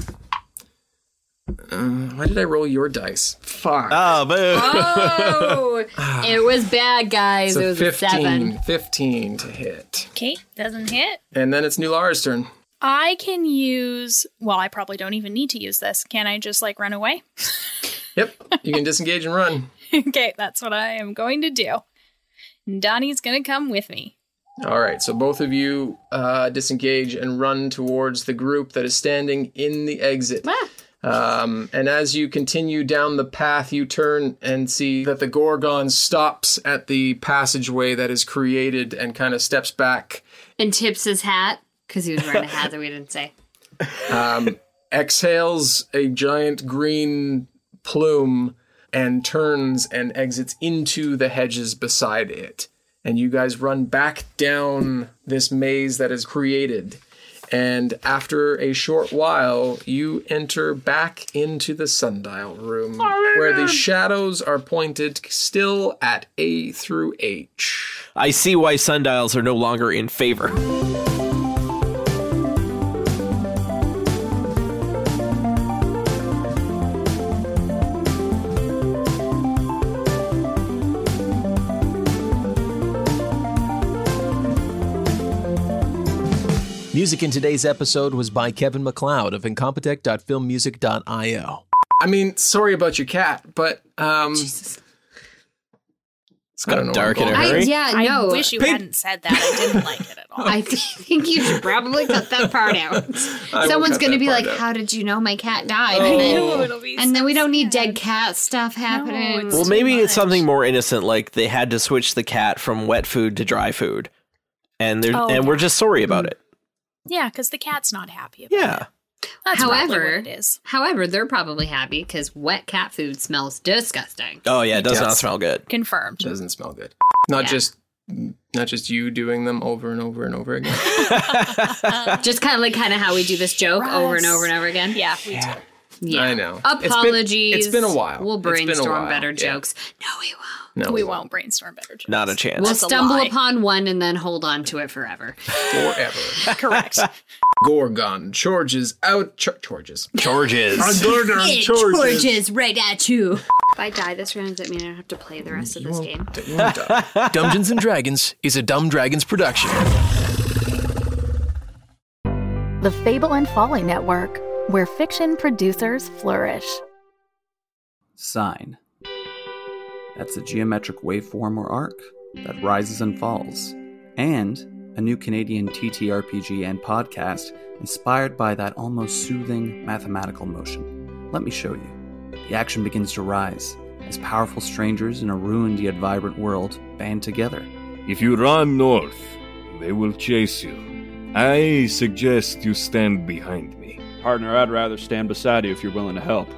Uh, Why did I roll your dice? Fuck. Oh, Ah. boo. Oh, it was bad, guys. so it was a 15, seven. 15 to hit. Okay, doesn't hit. And then it's New Lara's turn. I can use. Well, I probably don't even need to use this. Can I just like run away? Yep, you can disengage and run. okay, that's what I am going to do. And Donnie's going to come with me. All right, so both of you uh, disengage and run towards the group that is standing in the exit. Ah. Um, and as you continue down the path, you turn and see that the Gorgon stops at the passageway that is created and kind of steps back, And tips his hat because he was wearing a hat that we didn't say. exhales a giant green plume, and turns and exits into the hedges beside it. And you guys run back down this maze that is created. And after a short while, you enter back into the sundial Oh, room where the shadows are pointed still at A through H. I see why sundials are no longer in favor. Music in today's episode was by Kevin McLeod of incompetech.filmmusic.io. I mean, sorry about your cat, but um, It's I don't know got dark in what a I'm I, hurry. yeah, I no. wish you hadn't said that. I didn't like it at all. I think you should probably cut that part out. Someone's cut going that to be part like, out. Oh. "How did you know my cat died?" and know, then, it'll be and then so we don't need sad. dead cat stuff happening. it's- Well, too maybe it's much. something more innocent, like they had to switch the cat from wet food to dry food, and they're Oh, and we're yeah. just sorry about it. Yeah, because the cat's not happy. About it. Yeah, That's probably However- what it is. However, they're probably happy because wet cat food smells disgusting. Oh yeah, it does not does. smell good. Confirmed. doesn't smell good. Not Yeah. just not just you doing them over and over and over again. Just kind of like kind of how we do this joke over and over and over again. Yeah, we do. Yeah. I know. It's been- Apologies. it's been a while. We'll It's been a brainstorm while, better yeah. jokes. No, we won't. No, We won't brainstorm better. jokes. Not a chance. We'll a stumble lie. upon one and then hold on to it forever. forever. Correct. Gorgon charges out. Char- charges. Georges. Gorgon It charges right at you. If I die this round, does that mean I don't have to play the rest of this game? Dungeons and Dragons is a Dumb Dragons production. The Fable and Folly Network, where fiction producers flourish. Sine. That's a geometric waveform or arc that rises and falls. And a new Canadian TTRPG and podcast inspired by that almost soothing mathematical motion. Let me show you. The action begins to rise as powerful strangers in a ruined yet vibrant world band together. If you run north, they will chase you. I suggest you stand behind me. Partner, I'd rather stand beside you if you're willing to help.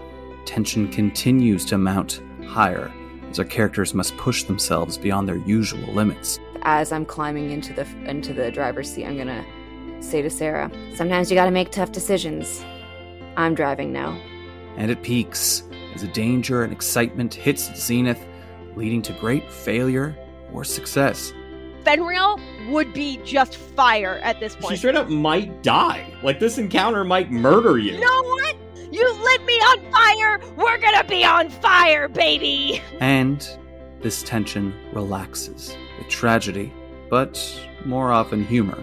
Tension continues to mount higher as our characters must push themselves beyond their usual limits. as I'm climbing into the into the driver's seat, I'm gonna say to Sarah, "Sometimes you gotta make tough decisions." I'm driving now. and it peaks as the danger and excitement hits its zenith, leading to great failure or success. Fenrir would be just fire at this point. She straight up might die. Like, this encounter might murder You you. know what? You lit me on fire. We're gonna be on fire, baby. And this tension relaxes with tragedy, but more often humor,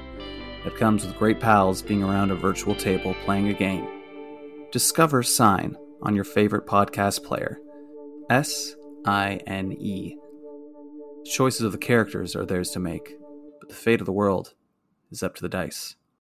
that comes with great pals being around a virtual table playing a game. Discover Sign on your favorite podcast player. S I N E. Choices of the characters are theirs to make, but the fate of the world is up to the dice.